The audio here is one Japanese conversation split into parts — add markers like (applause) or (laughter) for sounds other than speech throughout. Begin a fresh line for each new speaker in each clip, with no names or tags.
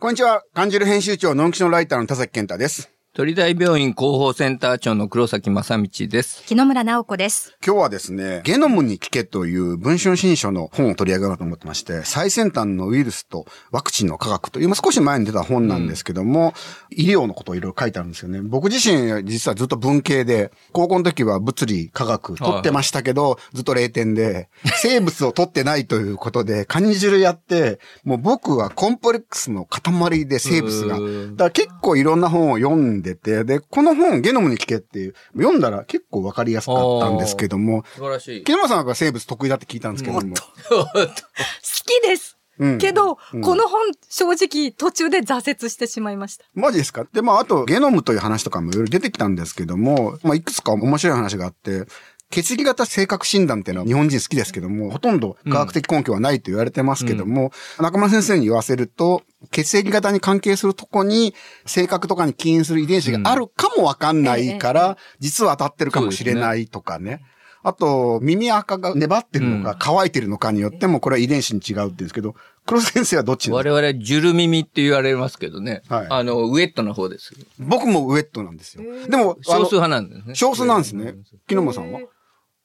こんにちは。感じる編集長、ノンキションライターの田崎健太です。
鳥大病院広報センター長の黒崎正道です。
木野村直子です。
今日はですね、ゲノムに聞けという文春新書の本を取り上げようと思ってまして、最先端のウイルスとワクチンの科学という、まあ、少し前に出た本なんですけども、医療のことをいろいろ書いてあるんですよね。僕自身、実はずっと文系で、高校の時は物理、科学取ってましたけど、ずっと0点で、生物を取ってないということで、カニ汁やって、もう僕はコンプレックスの塊で生物が
うー
だ
ん
から結構いろんな本を読んでて、で、この本、ゲノムに聞けっていう、読んだら結構わかりやすかったんですけども、
素晴らしい。
ケンマさんが生物得意だって聞いたんですけども。
好きです。
うん
けど、
うん
この本、正直、途中で挫折してしまいました。
マジですかで、まあ、あと、ゲノムという話とかもいろいろ出てきたんですけども、まあ、いくつか面白い話があって、血液型性格診断っていうのは日本人好きですけども、ほとんど科学的根拠はないと言われてますけども、中村先生に言わせると、血液型に関係するとこに、性格とかに起因する遺伝子があるかもわかんないから、実は当たってるかもしれないとかね。あと、耳垢が粘ってるの
う
か、乾いてるのかによっても、これは遺伝子に違うって言うんですけど、黒先生はどっちなんですか
我々、ジュル耳って言われますけどね。
はい
あの、ウエットな方です。
僕もウェットなんですよ。でも、あ
少
の
数派なんですね。
少数なんですね。木野間さんは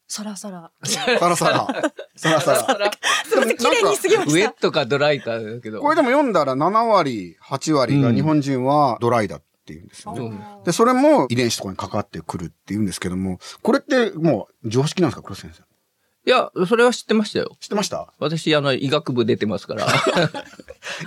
さらさら。
サラサ
(laughs)
ラ。サラサラ。
すみません、綺麗に過ぎ
(laughs)
ま
ウエ
した
ッ。トかドライかだけど。
これでも読んだら7割、8割が
うん
日本人はドライだっていうんですよ
う
ね。
ん
で、それも遺伝子とかに関わってくるっていうんですけども、これってもう常識なんですか、黒瀬先生。
いや、それは知ってましたよ。
知ってました
私、あの、医学部出てます
(laughs)
から。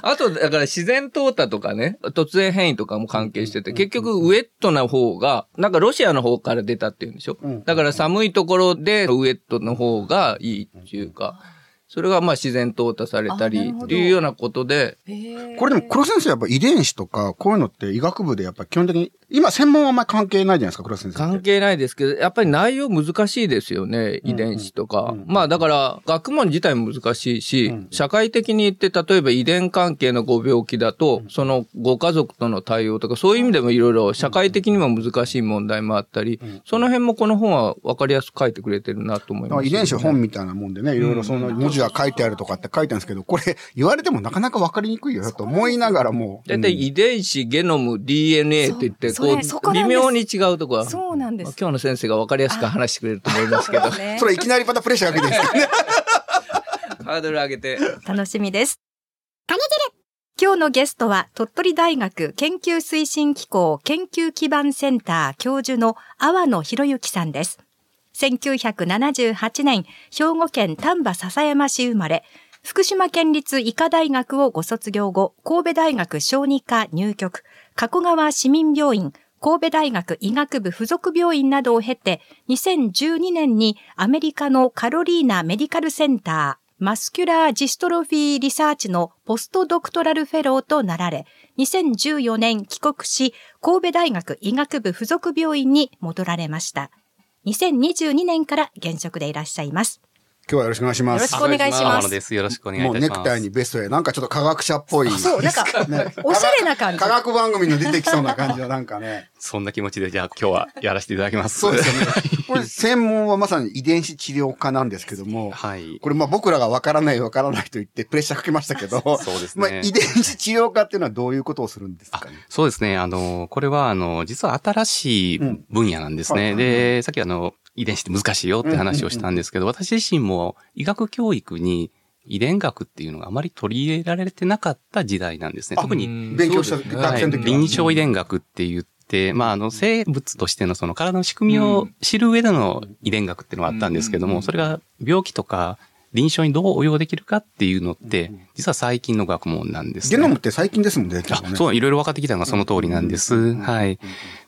あと、だから自然淘汰とかね、突然変異とかも関係してて、結局、ウェットな方が、なんかロシアの方から出たっていうんでしょ
うん。
だから寒いところでウェットの方がいいっていうか、それがまあ自然淘汰された
あな
り
るほど
っていうようなことで、
これでも黒瀬先生やっぱ遺伝子とかこういうのって医学部でやっぱ基本的に、今専門はあんまり関係ないじゃないですか、黒瀬先生って。
関係ないですけど、やっぱり内容難しいですよね、遺伝子とか。まあだから、学問自体も難しいし、社会的に言って、例えば遺伝関係のご病気だと、そのご家族との対応とか、そういう意味でもいろいろ社会的にも難しい問題もあったり、その辺もこの本は分かりやすく書いてくれてるなと思い
だか
ま
ら
す。
遺伝子本みたいなもんでね、いろいろその文字が書いてあるとかって書いてあるんですけど、これ言われてもなかなかわかりにくいよなと思いながらも。
だいたい遺伝子、ゲノム、DNA って言って、
そうそ
こ、
れそうこな
微
んです
妙に違うとこは、ま
そうなんで
あ
す。
今日の先生が分かりやすく話してくれると思いますけど、
ね
それいきなりまたプレッシャーかけていいですかね。
ハードル上
(laughs)
げて。
楽しみです。今日のゲストは、鳥取大学研究推進機構研究基盤センター教授の阿波野博之さんです。1978年、兵庫県丹波篠山市生まれ、福島県立医科大学をご卒業後、神戸大学小児科入局、加古川市民病院、神戸大学医学部附属病院などを経て、2012年にアメリカのカロリーナメディカルセンター、マスキュラージストロフィーリサーチのポストドクトラルフェローとなられ、2014年帰国し、神戸大学医学部附属病院に戻られました。2022年から現職でいらっしゃいます。
今日はよろしくお願いします。
よろしくお願いしま
天
す
野です。よろしくお願いい
も
た
う
し
ネ
ます。
クタイにベストや、なんかちょっと科学者っぽい。
そう、なんか、
ね
おしゃれな感じ
科。学番組の出てきそうな感じはなんか
(laughs)
ね。
そんな気持ちで、じゃあ今日はやらせていただきます。
そうですよね。これ専門はまさに遺伝子治療科なんですけども、
はい。
これまあ僕らがわからないわからないと言ってプレッシャーかけましたけど、
(laughs) そうです
まあ
ね
遺。伝子治療科っていうのはどういうことをするんです
あ
かね。
そうですね。あの、これは、あの、実は新しい
うん
分野なんですね。
はい
で、さっきあの、遺伝子って難しいよって話をしたんですけど、私自身も医学教育に遺伝学っていうのがあまり取り入れられてなかった時代なんですね。
あ
特に
勉強した
そうですね
学生の時
は、
はい
臨床遺伝学って言って、まあ、あの、生物としてのその体の仕組みを知る上での遺伝学っていうのはあったんですけど
う
も、
ん
それが病気とか臨床にどう応用できるかっていうのって、実は最近の学問なんです、
ゲ
ね。
ノムって最近ですもんね。
あそう、いろいろ分かってきたのがその通りなんです。はい。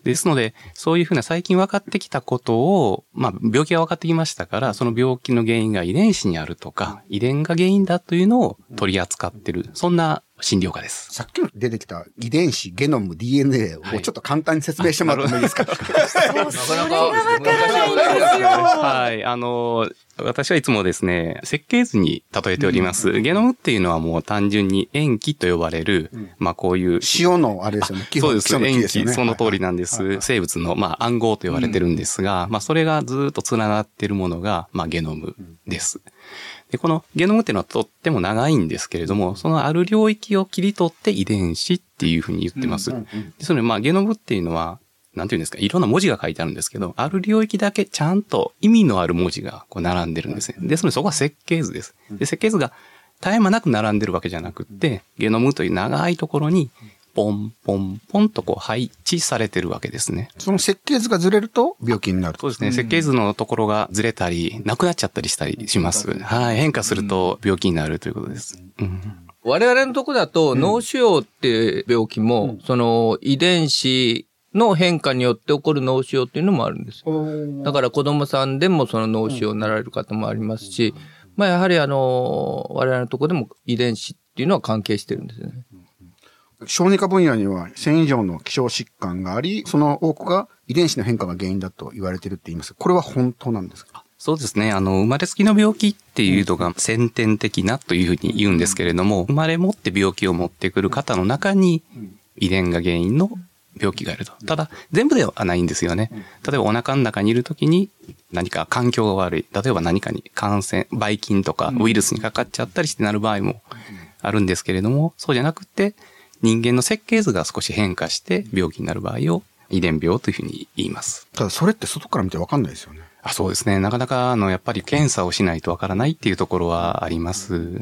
ですので、そういうふうな最近分かってきたことを、まあ、病気が分かってきましたから、その病気の原因が遺伝子にあるとか、遺伝が原因だというのを取り扱ってる、そんな診療科です。
さっきの出てきた遺伝子、ゲノム、DNA を
はい
ちょっと簡単に説明してもらってもいいですか。
そう、それがわからないん
なかな
ですよ。
はい。あの、私はいつもですね、設計図に例えております。ゲノムっていうのはもう単純に塩基と呼ばれる、まあこういう。
塩のあれですよね。基
そう
本
で
基
す。
礎の木
塩
ですよ
基、
ね。
その通りなんです。生物の、まあ、暗号と呼ばれてるんですが、まあ、それがずっと連なっているものが、まあ、ゲノムです。で、このゲノムっていうのはとっても長いんですけれども、そのある領域を切り取って遺伝子っていうふうに言ってます。
うんうん
そのまあゲノムっていうのは、なんていうんですか、いろんな文字が書いてあるんですけど、ある領域だけちゃんと意味のある文字がこう並んでるんですね。ですのでそこは設計図です。で、設計図が絶え間なく並んでるわけじゃなくって、ゲノムという長いところに、ポンポンポンとこう配置されてるわけですね。
その設計図がずれると病気になる
そうですね。設計図のところがずれたり、なくなっちゃったりしたりします。はい。変化すると病気になるということです。うん。
(laughs) 我々のとこだと脳腫瘍って病気も、その遺伝子の変化によって起こる脳腫瘍っていうのもあるんです。だから子供さんでもその脳腫瘍になられる方もありますし、まあやはりあの、我々のとこでも遺伝子っていうのは関係してるんですよね。
小児科分野には1000以上の希少疾患があり、その多くが遺伝子の変化が原因だと言われてるって言います。これは本当なんですか
そうですね。あの、生まれつきの病気っていうのが先天的なというふうに言うんですけれども、生まれ持って病気を持ってくる方の中に遺伝が原因の病気があると。ただ、全部ではないんですよね。例えばお腹の中にいるときに何か環境が悪い。例えば何かに感染、ばい菌とかウイルスにかかっちゃったりしてなる場合もあるんですけれども、そうじゃなくて、人間の設計図が少し変化して病気になる場合を遺伝病というふうに言います。
ただそれって外から見てわかんないですよね。
あそうですね。なかなか、あの、やっぱり検査をしないとわからないっていうところはあります。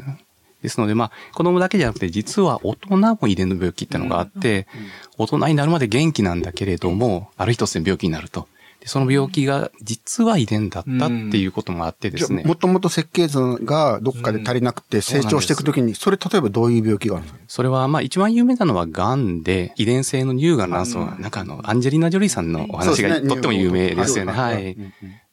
ですので、まあ、子供だけじゃなくて、実は大人も遺伝の病気ってのがあって、大人になるまで元気なんだけれども、ある日突然病気になると。でその病気が実は遺伝だったっていうこともあってで
じゃ
すね。
もともと設計図がどっかで足りなくて成長していくときに、それ例えばどういう病気があるんですか
それは、まあ、一番有名なのは、癌で、遺伝性の乳がん卵巣が、なんかあの、アンジェリーナ・ジョリーさんのお話
そう
が
ですね
とっても有名ですよね。
乳がん
は
はい
い。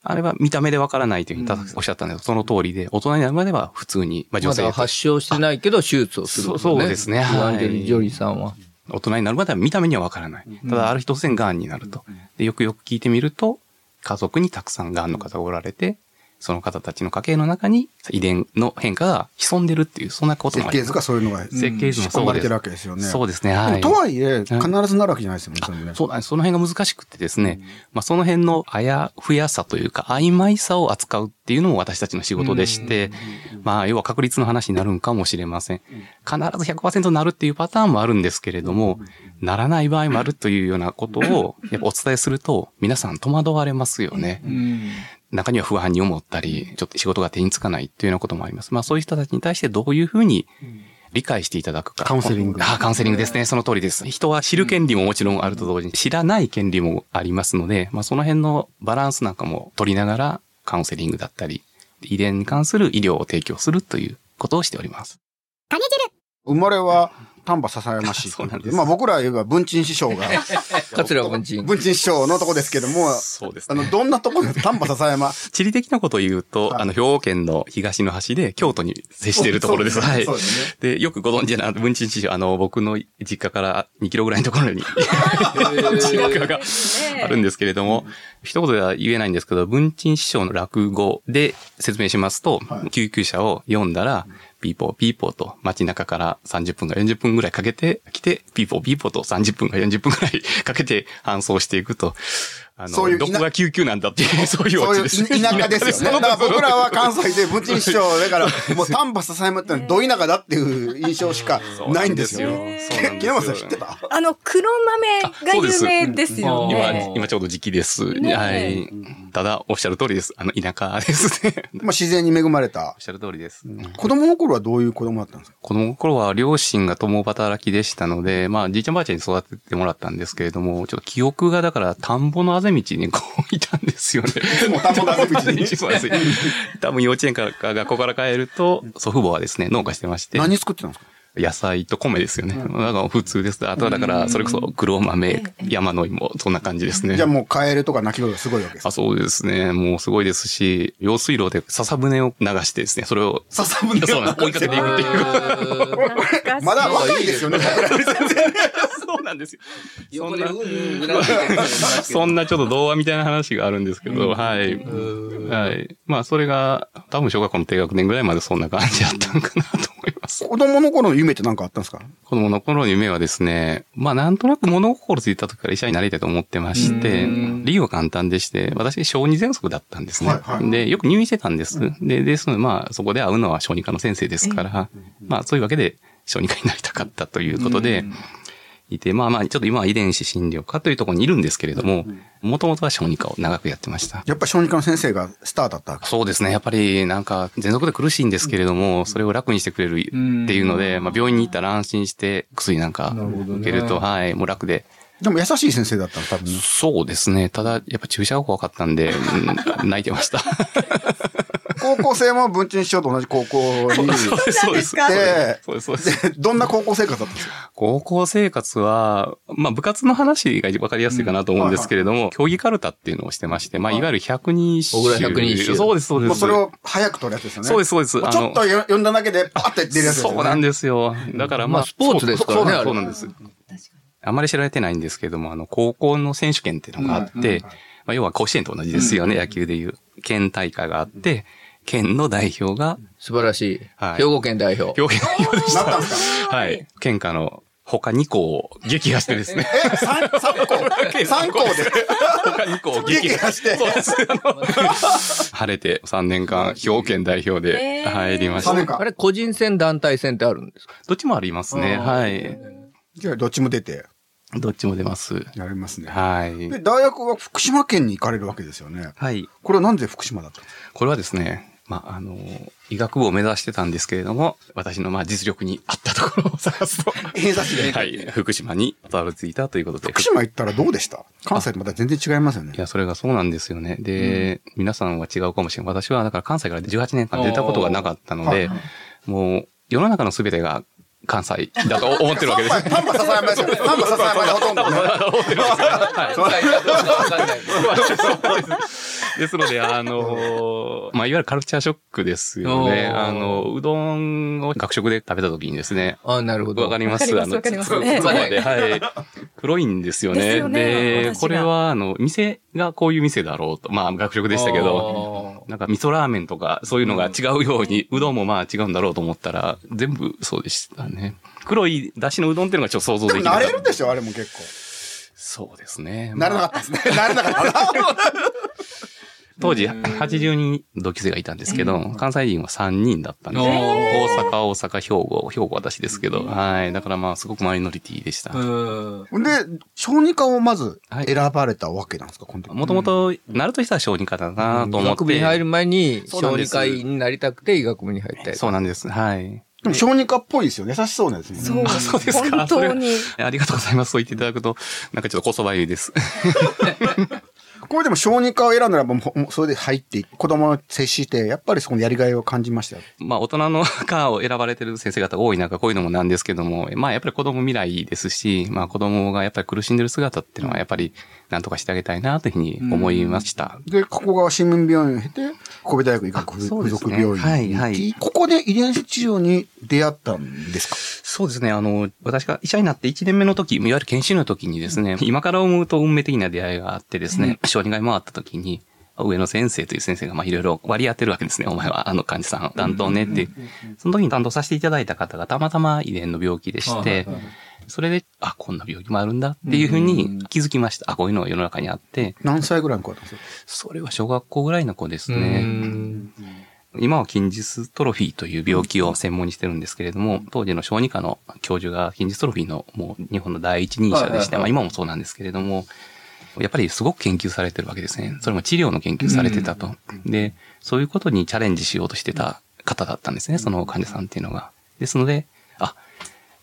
あれは見た目でわからないというふうにおっしゃったんですけど、その通りで、大人になるまでは普通に、ま
ま
あ、女性
だ
と
発症してないけど手術をする、
そうそうですねはい
アンジェリー・ジョリーさんは。
大人になるまでは見た目にはわからない。ただ、ある日突然癌になると。で、よくよく聞いてみると、家族にたくさん癌の方がおられて、その方たちの家系の中に遺伝の変化が潜んでるっていう、そんなことも
設
あ
計
りま
図
す。
がそういうのが仕
設計図も
込
そ
ま
う
れ
で
て
す
る。わけですよね。
そうですね。
で
は
も
い。
とはいえ、必ずなるわけじゃないですよね。それね
そうなんですその辺が難しくてですね、まあ、その辺のあやふやさというか、曖昧さを扱うっていうのも私たちの仕事でして、まあ、要は確率の話になるんかもしれません。必ず100%なるっていうパターンもあるんですけれども、ならない場合もあるというようなことを、やっぱお伝えすると、皆さん戸惑われますよね。中には不安に思ったり、ちょっと仕事が手につかないっていうようなこともあります。まあそういう人たちに対してどういうふうに理解していただくか。
カウンセリング
ああ、カウンセリングですね。その通りです。人は知る権利ももちろんあると同時に知らない権利もありますので、まあその辺のバランスなんかも取りながらカウンセリングだったり、遺伝に関する医療を提供するということをしております。
生まれは丹波篠山市。
(laughs) そうなんです
まあ僕ら言えば文鎮師匠が、
(laughs)
桂文人。
文鎮師匠のとこですけども、
そうです
あの、どんなところですか丹波篠
(laughs)
山。
地理的なことを言うと、
はい
あの、兵庫県の東の端で京都に接しているところで
そ
す。
う
はい
そう。ですね。
で、よくご存知な、文鎮師匠、あの、僕の実家から2キロぐらいのところに (laughs) 実家が (laughs) あるんですけれども、一言では言えないんですけど、文鎮師匠の落語で説明しますと、救急車を読んだら、ピーポーピーポーと街中から30分か40分ぐらいかけて来て、ピーポーピーポーと30分か40分ぐらい (laughs) かけて搬送していくと、あの、
そういう
どこが救急なんだっていう、そういう
(laughs)
オ
そう
チ
いう
です。
い田舎
(laughs)
ですよね。だから僕らは関西で文鎮師匠、だからもう丹波篠山ってのはど田舎だっていう印象し
(laughs)
かないんですよ。
そうなんです
木
よ
山さん知ってた
あの、黒豆が有名ですよ
今、
ね。
今ちょうど時期です。
ねえ
はい。ただ、おっしゃる通りです。あの、田舎ですね。 (laughs) おっ
まあ自然に恵まれた。
しゃる通りです。
子供の頃はどういう子供だったんですか
子供の頃は両親が共働きでしたので、まあ、じいちゃんばあちゃんに育ててもらったんですけれども、ちょっと記憶がだから、田んぼのあぜ道にこういたんですよね。
もう (laughs) 田んぼのあぜ道に
そうです (laughs) 多分幼稚園からか学校から帰ると、祖父母はですね、農家してまして。
何作ってたんですか
野菜と米ですよね。だから普通です。あとはだから、それこそ黒豆、山の芋、そんな感じですね。
じゃあもうカエルとか鳴き声がすごいわけです
あ。そうですね。もうすごいですし、用水路で笹舟を流してですね、それを。笹舟そうなんです追いかけていくってい
(laughs)
う。
まだ若いですよね。
そうなんですよ。
(laughs)
そんな、そ
そ
んなちょっと童話みたいな話があるんですけど、はい。はい。まあ、それが、多分小学校の低学年ぐらいまでそんな感じだったんかなと思います。ます。
子供の頃の夢って何かあったんですか
子供の頃の夢はですね、まあなんとなく物心ついた時から医者になりたいと思ってまして、
うん
理由は簡単でして、私、小児喘息だったんですね。
はいはい
で、よく入院してたんです。で、ですので、まあそこで会うのは小児科の先生ですから、まあそういうわけで小児科になりたかったということで、いて、まあまあちょっと今は遺伝子診療科というところにいるんですけれども、もともとは小児科を長くやってました。
やっぱ小児科の先生がスターだったわけ
そうですね。やっぱりなんか、全息で苦しいんですけれども、それを楽にしてくれるっていうので、まあ病院に行ったら安心して薬なんか
なるほどね
受けると、はい、もう楽で。
でも優しい先生だったの、多分
(laughs)
ね。
そうですね。ただ、やっぱ注射が怖かったんで、うん泣いてました。
高校生も文鎮師匠と同じ高校に
そうです、そうです。
で
そうです、そうです。
でどんな高校生活だったんですか
高校生活は、まあ部活の話が分かりやすいかなと思うんですけれども、競技カルタっていうのをしてまして、まあいわゆる100人一
小倉百人一首
そうです、そうで
もう
す。
それを早く取るやつですよね。
そうです、そうです。
もうちょっとよ読んだだけでパッて出るやつですよね。
そうなんですよ。だからま
ま
あ、
あスポーツですからね
そうそうなんです。そうなんですあまり知られてないんですけども、あの、高校の選手権っていうのがあって、まあ、要は甲子園と同じですよね、野球でいう。県大会があって、県の代表が、
素晴らしい。
はい
兵庫県代表。
表現代表でした。
なったんで
(laughs) はい。県下の他2校を撃破してですね。
え、三三
(laughs)
校三校で。
他2校を撃破して。そうです。あの晴れて3年間、兵庫県代表で入りました。
三年
あ
間。
れ、個人戦、団体戦ってあるんですか
どっちもありますね。はい。
じゃあ、どっちも出て
どっちも出ます。
やりますね。
はい
で、。大学は福島県に行かれるわけですよね。
はい。
これはなんで福島だったんですか
これはですね、まあ、あの、医学部を目指してたんですけれども、私のまあ実力に合ったところを探すと。
偏差値で
はい。福島にたどり着いたということで。
福島行ったらどうでした関西とまた全然違いますよね
い。や、それがそうなんですよね。で、皆さんは違うかもしれない。私は、だから関西から18年間出たことがなかったので、もう、世の中の全てが関西だと思ってるわ
(laughs)
けです。
丹波篠山ですよね。丹波篠山がほとんど
(laughs)
ね。
ですので、あのーまあ、いわゆるカルチャーショックですよね。
おー
あの、うどんを学食で食べた時にですね、
(laughs) あなるほど。
わかります
わかります
あ
わかります
のつつ
ええ
つまで、はい。黒いんですよね。
ですよね
で
私が
これは、あの、店がこういう店だろうと。まあ、学食でしたけ
ど。
ど、なんか味噌ラーメンとか、そういうのが違うように、うどんもまあ違うんだろうと思ったら、全部そうでしたね。黒い出汁のうどんっていうのがちょっと想像
で
で
も
きな
慣
い。
れるでしょ、あれも結構。
そうですね。 (laughs)
慣れな
ま
か
あ
ったですね。慣れなかった。
当時、80人同期生がいたんですけど、関西人は3人だったんですよ。
え
大阪、大阪、兵庫、兵庫は私ですけど、はい。だからまあ、すごくマイノリティでした。
う
(laughs)
ん。
で、小児科をまず選ばれたわけなんですか、この時
もともと、なるとしたら小児科だなと
医
思って。
学部に入る前に、
そうなん
小
で
児
す
科医になりたくて医学部に入ったり。
そうなんです。はい。
でも小児科っぽいですよね。優しそうなですね。
そう
そうですか
本当に。
ありがとうございます。そう言っていただくと、なんかちょっとこそばゆいです。 (laughs)
これでも小児科を選んだらもうもう、もうそれで入って、子供を接して、やっぱりそこにやりがいを感じましたよ。
まあ、大人の科を選ばれてる先生方が多い中、こういうのもなんですけども、まあ、やっぱり子供未来ですし、まあ、子供がやっぱり苦しんでる姿っていうのは、やっぱり、なんとかしてあげたいな、というふうに思いました。
で、ここが新聞病院を経て、神戸大学医学
あそ
部
うです
属
ね
病院に行き、
はいはい
ここで遺伝子治療に出会ったんですか
そうですね。あの、私が医者になって1年目の時、いわゆる研修の時にですね、今から思うと運命的な出会いがあってですね、小児科に回った時に、上野先生という先生が、まあ、いろいろ割り当てるわけですね。お前は、あの患者さん、担当ねって。その時に担当させていただいた方が、たまたま遺伝の病気でして、それで、あ、こんな病気もあるんだっていうふうに気づきました。あ、こういうのが世の中にあって、
何歳ぐらいの子だったんですか
それは小学校ぐらいの子です
ね
ね。今は筋ジトロフィーという病気を専門にしてるんですけれども、当時の小児科の教授が筋ジトロフィーのもう日本の第一人者でして、
はいはいはい
まあ今もそうなんですけれども、やっぱりすごく研究されてるわけですね。それも治療の研究されてたと。で、そういうことにチャレンジしようとしてた方だったんですね、その患者さんっていうのが。ですので、あ、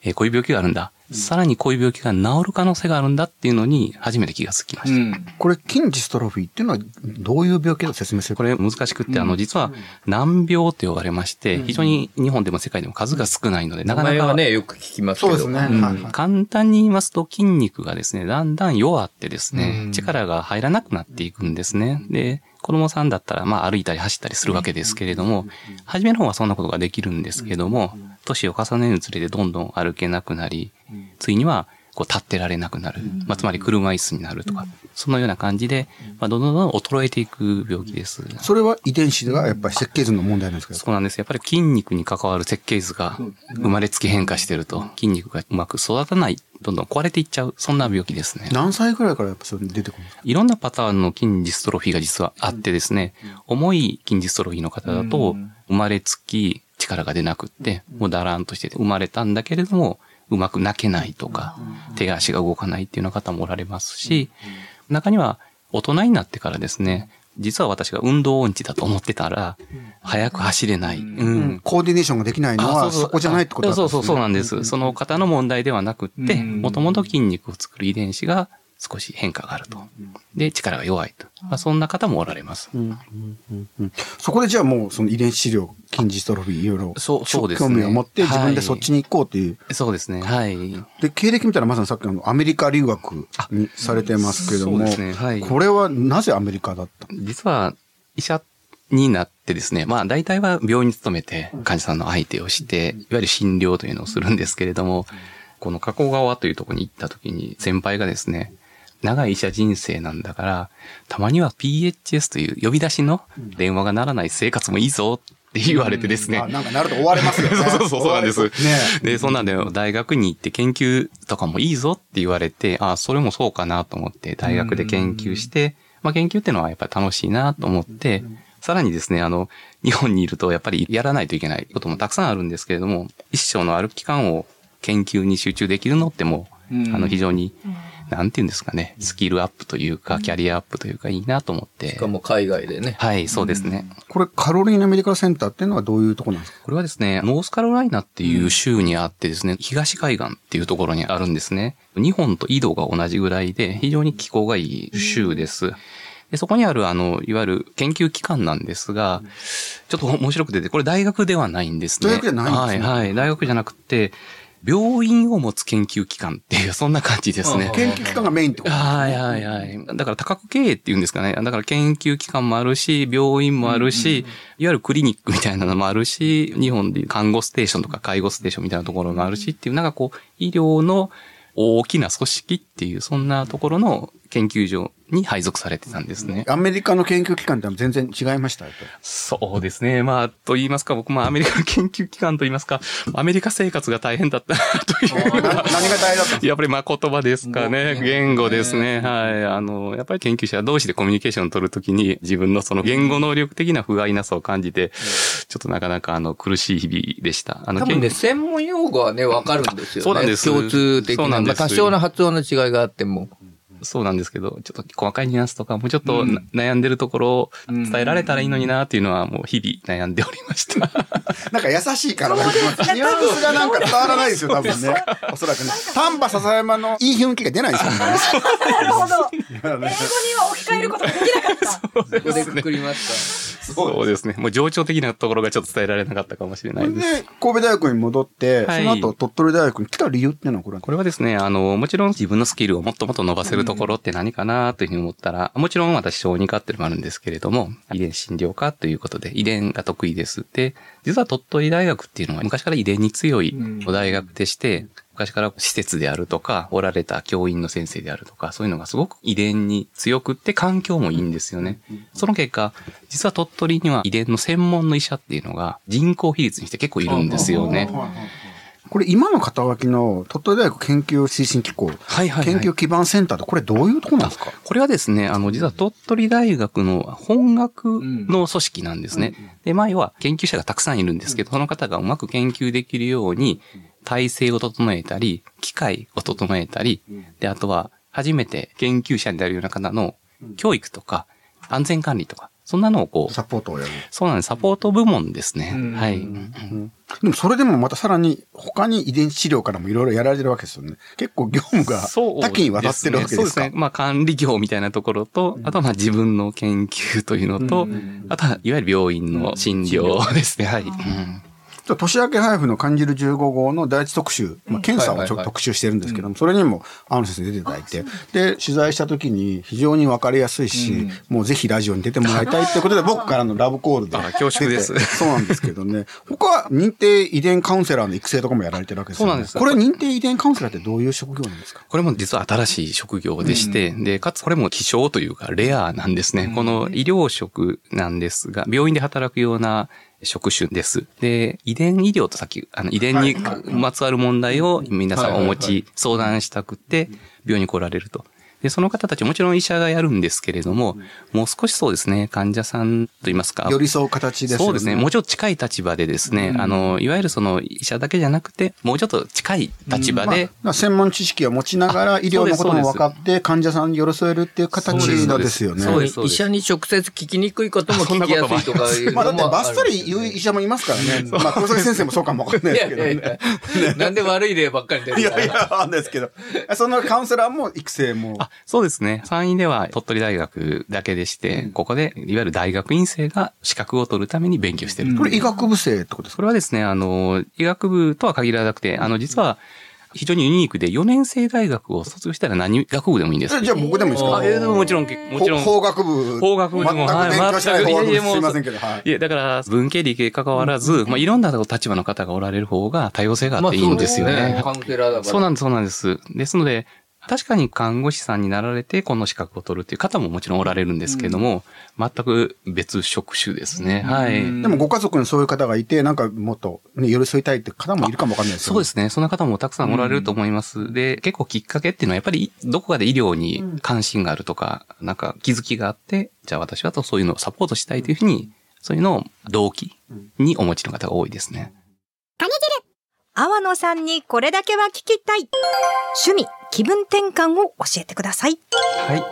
えーこういう病気があるんだ。さらにこういう病気が治る可能性があるんだっていうのに初めて気がつきました。
これ、筋ジストロフィーっていうのは、どういう病気だと説明する
これ難しくって、あの、実は難病って呼ばれまして、非常に日本でも世界でも数が少ないので、な
名
かな
前
か
は、ね、よく聞きますけど。
はいはい
簡単に言いますと筋肉がですね、だんだん弱ってです
う
ね
ん、
力が入らなくなっていくんですね。で、子供さんだったら、まあ歩いたり走ったりするわけですけれども、初めの方はそんなことができるんですけども、年を重ねるにつれてどんどん歩けなくなり、ついにはこう立ってられなくなる。まあ、つまり車椅子になるとか、そのような感じで、まあ、どんどんどんどん衰えていく病気です。
それは遺伝子がやっぱり設計図の問題なんですけど。
そうなんです。やっぱり筋肉に関わる設計図が生まれつき変化してると、筋肉がうまく育たない、どんどん壊れていっちゃう、そんな病気ですね。
何歳くらいからやっぱそれ出てくるんですか
いろんなパターンの筋ディストロフィーが実はあってですね、重い筋ディストロフィーの方だと、生まれつき力が出なくって、もうだらんとしてて生まれたんだけれども、うまく泣けないとか、手足が動かないっていうような方もおられますし、中には大人になってからですね、実は私が運動音痴だと思ってたら、早く走れない。うん
コーディネーションができないのはそこじゃないってことだったん
そ
です
う
ね
そうそうなんです。その方の問題ではなくって、
うん
もともと筋肉を作る遺伝子が少し変化があると。で、力が弱いと。まあ、そんな方もおられます。
そこでじゃあもうその遺伝子治療、筋ジストロフィーいろいろ
そうそうですね
興味を持って自分で
はい
そっちに行こうっていう。
そうですね。はい。
で、経歴見たらまさにさっきのアメリカ留学にされてますけども、
そうですねはい
これはなぜアメリカだった
実は医者になってですね、まあ大体は病院に勤めて患者さんの相手をして、いわゆる診療というのをするんですけれども、この加工川というところに行った時に先輩がですね、長い医者人生なんだから、たまには PHS という呼び出しの電話がならない生活もいいぞって言われてですね。
あなんかなると追われますよね。
(laughs) そうそうそう、そうなんです。
ね
で、そんなんで、大学に行って研究とかもいいぞって言われて、あそれもそうかなと思って、大学で研究して、まあ研究ってのはやっぱり楽しいなと思って、さらにですね、あの、日本にいるとやっぱりやらないといけないこともたくさんあるんですけれども、一生のある期間を研究に集中できるのってもう、
うん
あの非常に、なんて言うんですかね、スキルアップというか、キャリアアップというかいいなと思って
しか。も海外でね。
はい、そうですね。
これカロリーナメディカルセンターっていうのはどういうとこなんですか
これはですね、ノースカロライナっていう州にあってですね、東海岸っていうところにあるんですね。日本と緯度が同じぐらいで、非常に気候がいい州です。でそこにある、あの、いわゆる研究機関なんですが、ちょっと面白くてて、これ大学ではないんですね。
大学じゃないんですね
はい、はい。大学じゃなくて、病院を持つ研究機関っていう、そんな感じですね。
研究機関がメインってこと
はいはいはい。だから多角経営っていうんですかね。だから研究機関もあるし、病院もあるし、いわゆるクリニックみたいなのもあるし、日本でいう看護ステーションとか介護ステーションみたいなところもあるしっていう、なんかこう、医療の大きな組織っていう、そんなところの研究所に配属されてたんですね。
アメリカの研究機関ってのは全然違いましたやっぱり
そうですね。まあ、と言いますか、僕もアメリカの研究機関と言いますか、アメリカ生活が大変だったなとい
な何が
う
大変だったんですか
(laughs) やっぱりまあ言葉ですかね。言語ですね。はい。あの、やっぱり研究者同士でコミュニケーションを取るときに自分のその言語能力的な不甲斐なさを感じて、ちょっとなかなかあの苦しい日々でした。あの、
多分ね、
研
専門用語はね、わかるんですよね。
そうなんです
共通的
そう
な。
なん
ま
で
あ
す
多少の発音の違いがあっても。
そうなんですけど、ちょっと細かいニュアンスとかもうちょっと
うん
な悩んでるところを
うん
伝えられたらいいのになっていうのはもう日々悩んでおりました。
なんか優しいから、ニュアンスがなんか伝わらないですよ、多分ね。おそらくね。丹波篠山のいい雰囲気が出ないですよね。
なるほど。英語には置き換えることができなかった。
こ
(laughs)
こでくくりますか。
(laughs) そうですね。もう情緒的なところがちょっと伝えられなかったかもしれ (laughs) ないです。
で、神戸大学に戻って、
はい
その後鳥取大学に来た理由っていうのはこれ
これはですね、あの、もちろん自分のスキルをもっともっと伸ばせるところって何かなというふうに思ったら、もちろん私小児科っていうのもあるんですけれども、遺伝診療科ということで遺伝が得意です。で、実は鳥取大学っていうのは昔から遺伝に強いお大学でして、昔から施設であるとか、おられた教員の先生であるとか、そういうのがすごく遺伝に強くって環境もいいんですよね。その結果、実は鳥取には遺伝の専門の医者っていうのが人口比率にして結構いるんですよね。
これ今の肩書きの鳥取大学研究推進機構、
はいはいはい
研究基盤センターってこれどういうとこなんですか
これはですね、あの、実は鳥取大学の本学の組織なんですね。で、前は研究者がたくさんいるんですけど、その方がうまく研究できるように、体制を整えたり、機械を整えたり、で、あとは、初めて研究者になるような方の教育とか、安全管理とか、そんなのをこう、
サポートをやる。
そうなんです、サポート部門ですね。
うん
はい。
でもそれでもまたさらに他に遺伝子治療からもいろいろやられてるわけですよね。結構業務が
そう
多岐にわたってるわけですか
ねそうね。まあ管理業みたいなところと、あとはまあ自分の研究というのと、あとはいわゆる病院の診療ですね。はい。うん
ちょっと年明け配布の感じる15号の第一特集、まあ、検査をちょっと特集してるんですけども、それにも青野先生出ていただいて、で、取材した時に非常にわかりやすいし、もうぜひラジオに出てもらいたいという
(laughs)
ことで、僕からのラブコールで。
あ恐縮です
出てそうなんですけどね。他は認定遺伝カウンセラーの育成とかもやられてるわけですよね。
そうなんです
これ認定遺伝カウンセラーってどういう職業なんですか
これも実は新しい職業でして、で、かつこれも希少というかレアなんですね。この医療職なんですが、病院で働くような職種です。で、遺伝医療とさっき、あの遺伝にまつわる問題を皆さんお持ち、相談したくて、病院に来られると。で、その方たちもちろん医者がやるんですけれども、もう少しそうですね、患者さんといいますか、
寄り添う形ですよね。
そうですね。もうちょっと近い立場でですね、あの、いわゆるその医者だけじゃなくて、もうちょっと近い立場で、
まあ専門知識を持ちながら医療のことも分かって患者さんに寄り添えるっていう形なんですよね。
そうです
医者に直接聞きにくいことも聞きやすいとかいうのも
まあだってばっ
ある
さり言う医者もいますからね。まあ黒崎先生もそうかもわかんない
い
で
や
すけ
い
ど
やい
ね。
や。なんで悪い例ばっかり出
い
るの
やいや、なんですけど。そのカウンセラーも育成も。
あ、そうですね。山陰では鳥取大学だけでして、ここで、いわゆる大学院生が資格を取るために勉強してると。
これ医学部生ってことです
そ
か
れはですね、あの、医学部とは限らなくて、あの、実は、非常にユニークで、4年生大学を卒業したら何学部でもいいんです
えじゃあ僕でもいいですか
あ、えでももちろん、もちろん。
法学部。
法学部でも
全く勉強してない
はい
法学部
全く
すいませんけど。はい
いや、だから、文系理系関わらず、まあ、いろんな立場の方がおられる方が多様性があっていいんですよね。
カウンセラーだから。
そうなんです、そうなんです。ですので、確かに看護師さんになられて、この資格を取るっていう方ももちろんおられるんですけども、全く別職種ですね。はい。
でもご家族にそういう方がいて、なんかもっとね寄り添いたいって方もいるかもわかんないですよ
そう
ね
で。すね。そんな方もたくさんおられると思います。で、結構きっかけっていうのは、やっぱりどこかで医療に関心があるとか、なんか気づきがあって、じゃあ私はとそういうのをサポートしたいというふうに、そういうのを動機にお持ちの方が多いですね。
阿野さんにこれだけは聞きたい。趣味、気分転換を教えてください。
はい。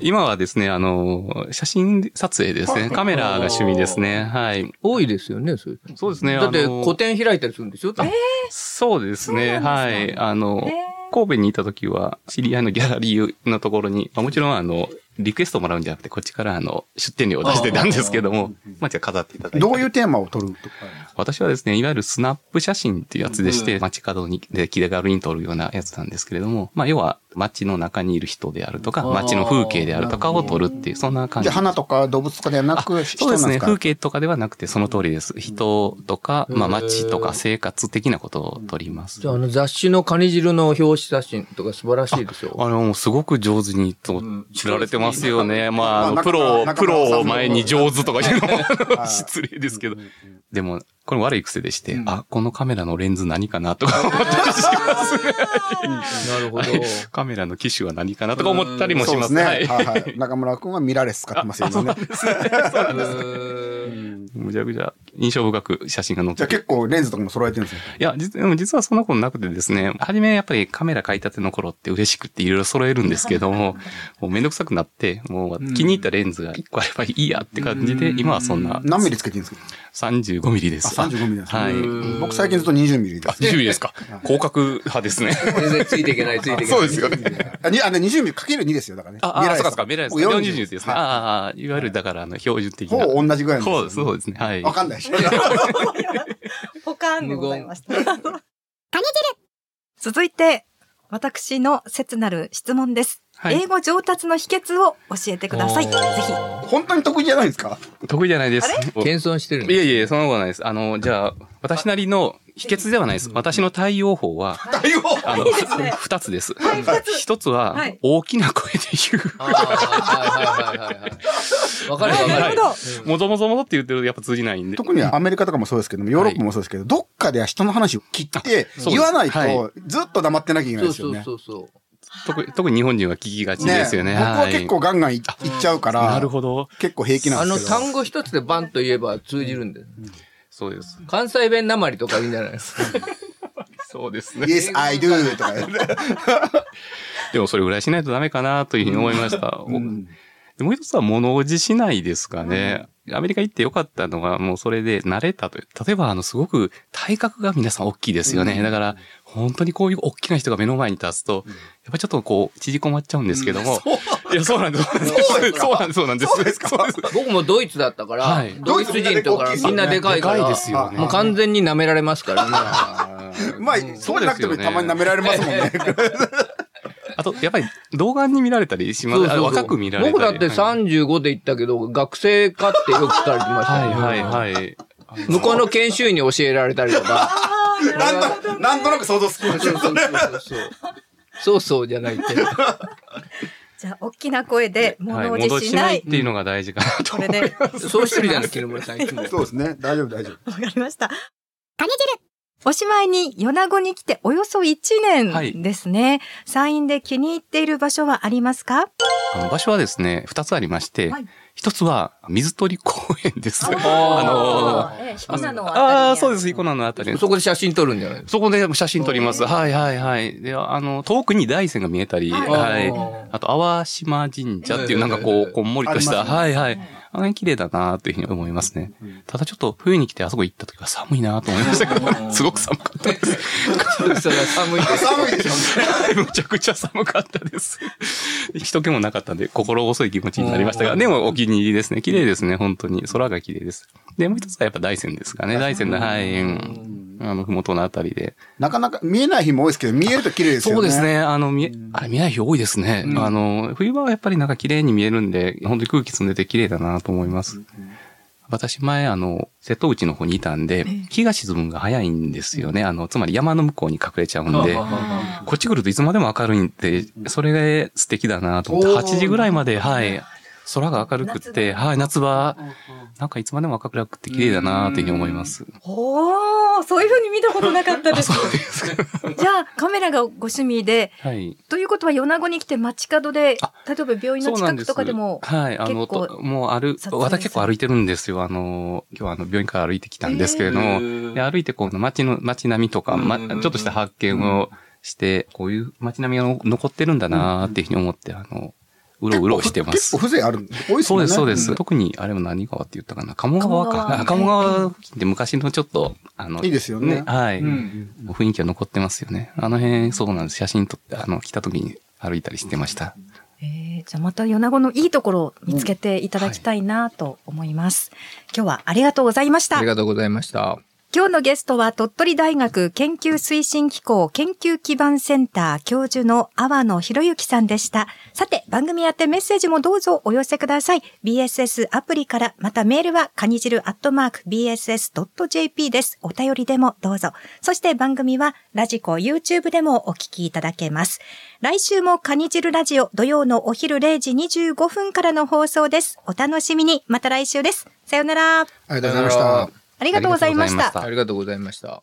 今はですね、あの、写真撮影ですね。カメラが趣味ですね。はい。
多いですよね、そういう
そうですね。
だって
あの
個展開いたりするんでしょ多分
そうですね。
そうなん
は
ですね
い。あの、
へ
神戸にいた時は、知り合いのギャラリーのところ
(laughs)
に、まあ、もちろんあの、リクエストもらうんじゃなくて、こっちからあの、出店料を出してたんですけども、 (laughs) まあ、じゃあ飾っていただいて。
どういうテーマを取るとか。
私はですね、いわゆるスナップ写真っていうやつでして、街角に、で、気軽に撮るようなやつなんですけれども、まあ、要は、街の中にいる人であるとか、
あー
街の風景であるとかを撮るっていう、そんな感
じ
じ
ゃあ花とか動物とかではなく、人
そ
な
うで
ん
す
で
ね。
すか
風景とかではなくて、その通りです。人とか、まあ
へー
街とか生活的なことを撮ります。
じゃあ、あの雑誌のカニ汁の表紙写真とか素晴らしいですよ。
あれもうすごく上手にと
ん
知られてますよね。まあ、あ
まあ
の、プロを、
中
プ
村
ロ
中村さん
を
も
前に上手とかいうの
は
も
い
(laughs) 失礼ですけど。でも、これ悪い癖でして、あ、このカメラのレンズ何かな
(laughs)
とか思ったりしますね。
なるほど。
カメラの機種は何かなとか思ったりもし
そうで
ますす。
ね。
は
はい
い。
はい。中村くんはミラーレス使ってますよね。
むちゃくちゃ印象深く写真が載っ
じゃ
て
あ結構レンズとかも揃えてるんですよ。
いや、実でも実はそんなことなくてですね、初めやっぱりカメラ買いたての頃って嬉しくっていろいろ揃えるんですけど
(laughs)
も、もうめんどくさくなって、もう気に入ったレンズが1個あればいいやって感じで、今はそんな
何ミリつけてるんですか
35ミリです。
あ35ミリなんですね
はい。
僕最近ずっと20ミリで
あ、
す。
20ミリですか。広角派ですね。
全然ついていけない、ついていけない。
そうですよね。
あ、にあの20ミリかける2ですよ、だからね。
あ、あ、そうかそうか、メラです。
僕
40ですね。
はい
ああ、いわゆるだから、あの、標準的
ほ
な。
ぼ同じぐらい
そう
の。
です、そうですね。はい。
わかんないでしょ。 (laughs)
ポカーンでございました。 (laughs) カニ汁続いて、私の切なる質問です。
はい
英語上達の秘訣を教えてください。ぜひ。
本当に得意じゃないですか
得意じゃないです。
謙遜してるん
い
で
やいや、そんなことないです。あの、じゃあ、私なりの秘訣ではないです。私の対応法は、
対応
あの、
いいですね
二つです。
はい二つ
一つ
は、
はい大きな声で言う。
あーはいはいはいはいはい。わかるわ
な
か
る
る。
ほど。
もぞもぞもぞって言ってるとやっぱ通じないんで。
特にアメリカとかもそうですけども、ヨーロッパもそうですけど、どっかで人の話を切って、
す
言わない
は
と、ずっと黙ってなきゃいけない
そう
ですよ
そう
ね。
そうそう。
特に特に日本人は聞きがちですよね。
僕は結
い
構ガンガンいいっちゃうから、
なるほど。
結構平気なん
あ
で
の
すけど。
単語一つでバンと言えば通じるんで。
そうです。
関西弁なまりとかいいんじゃないですか。
(laughs) そうですね。
Yes, I do! とか言って。
でもそれぐらいしないとダメかなというふうに思いました。でもう一つは物おじしないですかね。アメリカ行ってよかったのが、もうそれで慣れたという。例えば、あの、すごく体格が皆さん大きいですよね。だから、本当にこういう大きな人が目の前に立つと、やっぱりちょっとこう、縮こまっちゃうんですけども、いや、そうなんです。そうです。そうなんです。そうなんです。
そうですか
僕もドイツだったから、
はい
ドイツ人とか
ドイツ
み
み
ん
ん
な
な
で
で
かいから、
でかいですよね
もう完全に舐められます
(laughs)
からね。
まあ、そうでなくてもたまに舐められますもんね。
あと、やっぱり、童顔に見られたりします。あの若く見られたり。
僕だって
はい
35で行ったけど、学生かってよく聞かれてましたよ、
はいはいはい。
向こうの研修医に教えられたりと
(laughs)
か。
なんと、なんとなく想像つきま
そう
す
そうそうそう。そうそうじゃ
(laughs)
ないって。
じゃあ、大きな声で
はい、
物お
戻
じ
し
し
な
ない
っ
い。
ていうのが大事かなと
こ。れで、わか
そうしてるじゃないですか、木村さんいつも。
そうですね。大丈夫、大
(laughs)
丈夫。
りました。おしまいに、米子に来ておよそ1
はい
年ですね。山陰で気に入っている場所はありますか
あの場所はですね、二つありまして
はい、
一つは水鳥公園です。
あ
あ
ええ彦
の
名の。
ああ、そうですす。彦名のあたり
そこで写真撮るんじゃないですか。
そこで写真撮ります。はいはいはい。で、あの、遠くに大山が見えたり、
はい
はい。
あ
あと、淡島神社っていうなんかこう、こんもりとした、
ありますね
はいはい。あの辺綺麗だなというふうに思いますね。ただちょっと冬に来てあそこ行った時は寒いなと思いましたけど、 (laughs) すごく寒かったです。 (laughs)
それは寒いです。
寒いでしょうね。
むちゃくちゃ寒かったです。人気もなかったんで、心細い気持ちになりましたが、でもお気に入りですね。綺麗ですね、本当に。空が綺麗です。で、もう一つはやっぱ大山ですかね。大山の、はい、うんあの、ふもとのあたりで。
なかなか見えない日も多いですけど、見えると綺麗ですよね。
そうです。ね。あの、見え、あれ見えない日多いですね。あの、冬場はやっぱりなんか綺麗に見えるんで、本当に空気積んでて綺麗だなと思います。私前、あの、瀬戸内の方にいたんで、日が沈むのが早いんですよね。あの、つまり山の向こうに隠れちゃうんで、こっち来るといつまでも明るいんで、それが素敵だなと思
おー
って、8時ぐらいまで、はい、空が明るくって、
夏
はい、夏場、なんかいつまでも明るくて綺麗だなというふうに思います。
おー、そういうふうに見たことなかった
(laughs)
です。じゃあ、カメラがご趣味で、
はい。
ということは米子に来て街角で、例え
あ
ば病院の近くとかでも、
はい、あ
結
の、
構
ともう歩、
撮影
私
する
結構歩いてるんですよ。あの、今日はあの、病院から歩いてきたんですけれど
へ
も、
ー
で歩いてこう、街の、街並みとか、ま、
うん
ちょっとした発見をして、こういう街並みがの残ってるんだなっていうふうに思って、あの、うろうろしてま
結
す
構。風情あるんで多いです
そ
も
う
ね。
んです、そうです。
ん
特に、あれも何川って言ったかな。鴨川
鴨川
か。あ鴨川付近って昔のちょっと、あの、
いいですよね
はい。
ん
雰囲気は残ってますよね。あの辺、そうなんです。写真撮って、あの、来た時に歩いたりしてました。
えーじゃあまた米子のいいところを見つけていただきたいなと思います。今日はありがとうございました
あり。がとうございました。
今日のゲストは鳥取大学研究推進機構研究基盤センター教授の阿野博之さんでした。さて、番組宛てメッセージもどうぞお寄せください。BSS アプリから、またメールはかにじるアットマーク BSS.jp です。お便りでもどうぞ。そして番組はラジコ YouTube でもお聞きいただけます。来週もかにじるラジオ土曜のお昼0時25分からの放送です。お楽しみに。また来週です。さようなら。あ
ありがとうございました。
りがとうございまし
ありがとうございましたた。
ありがとうございました。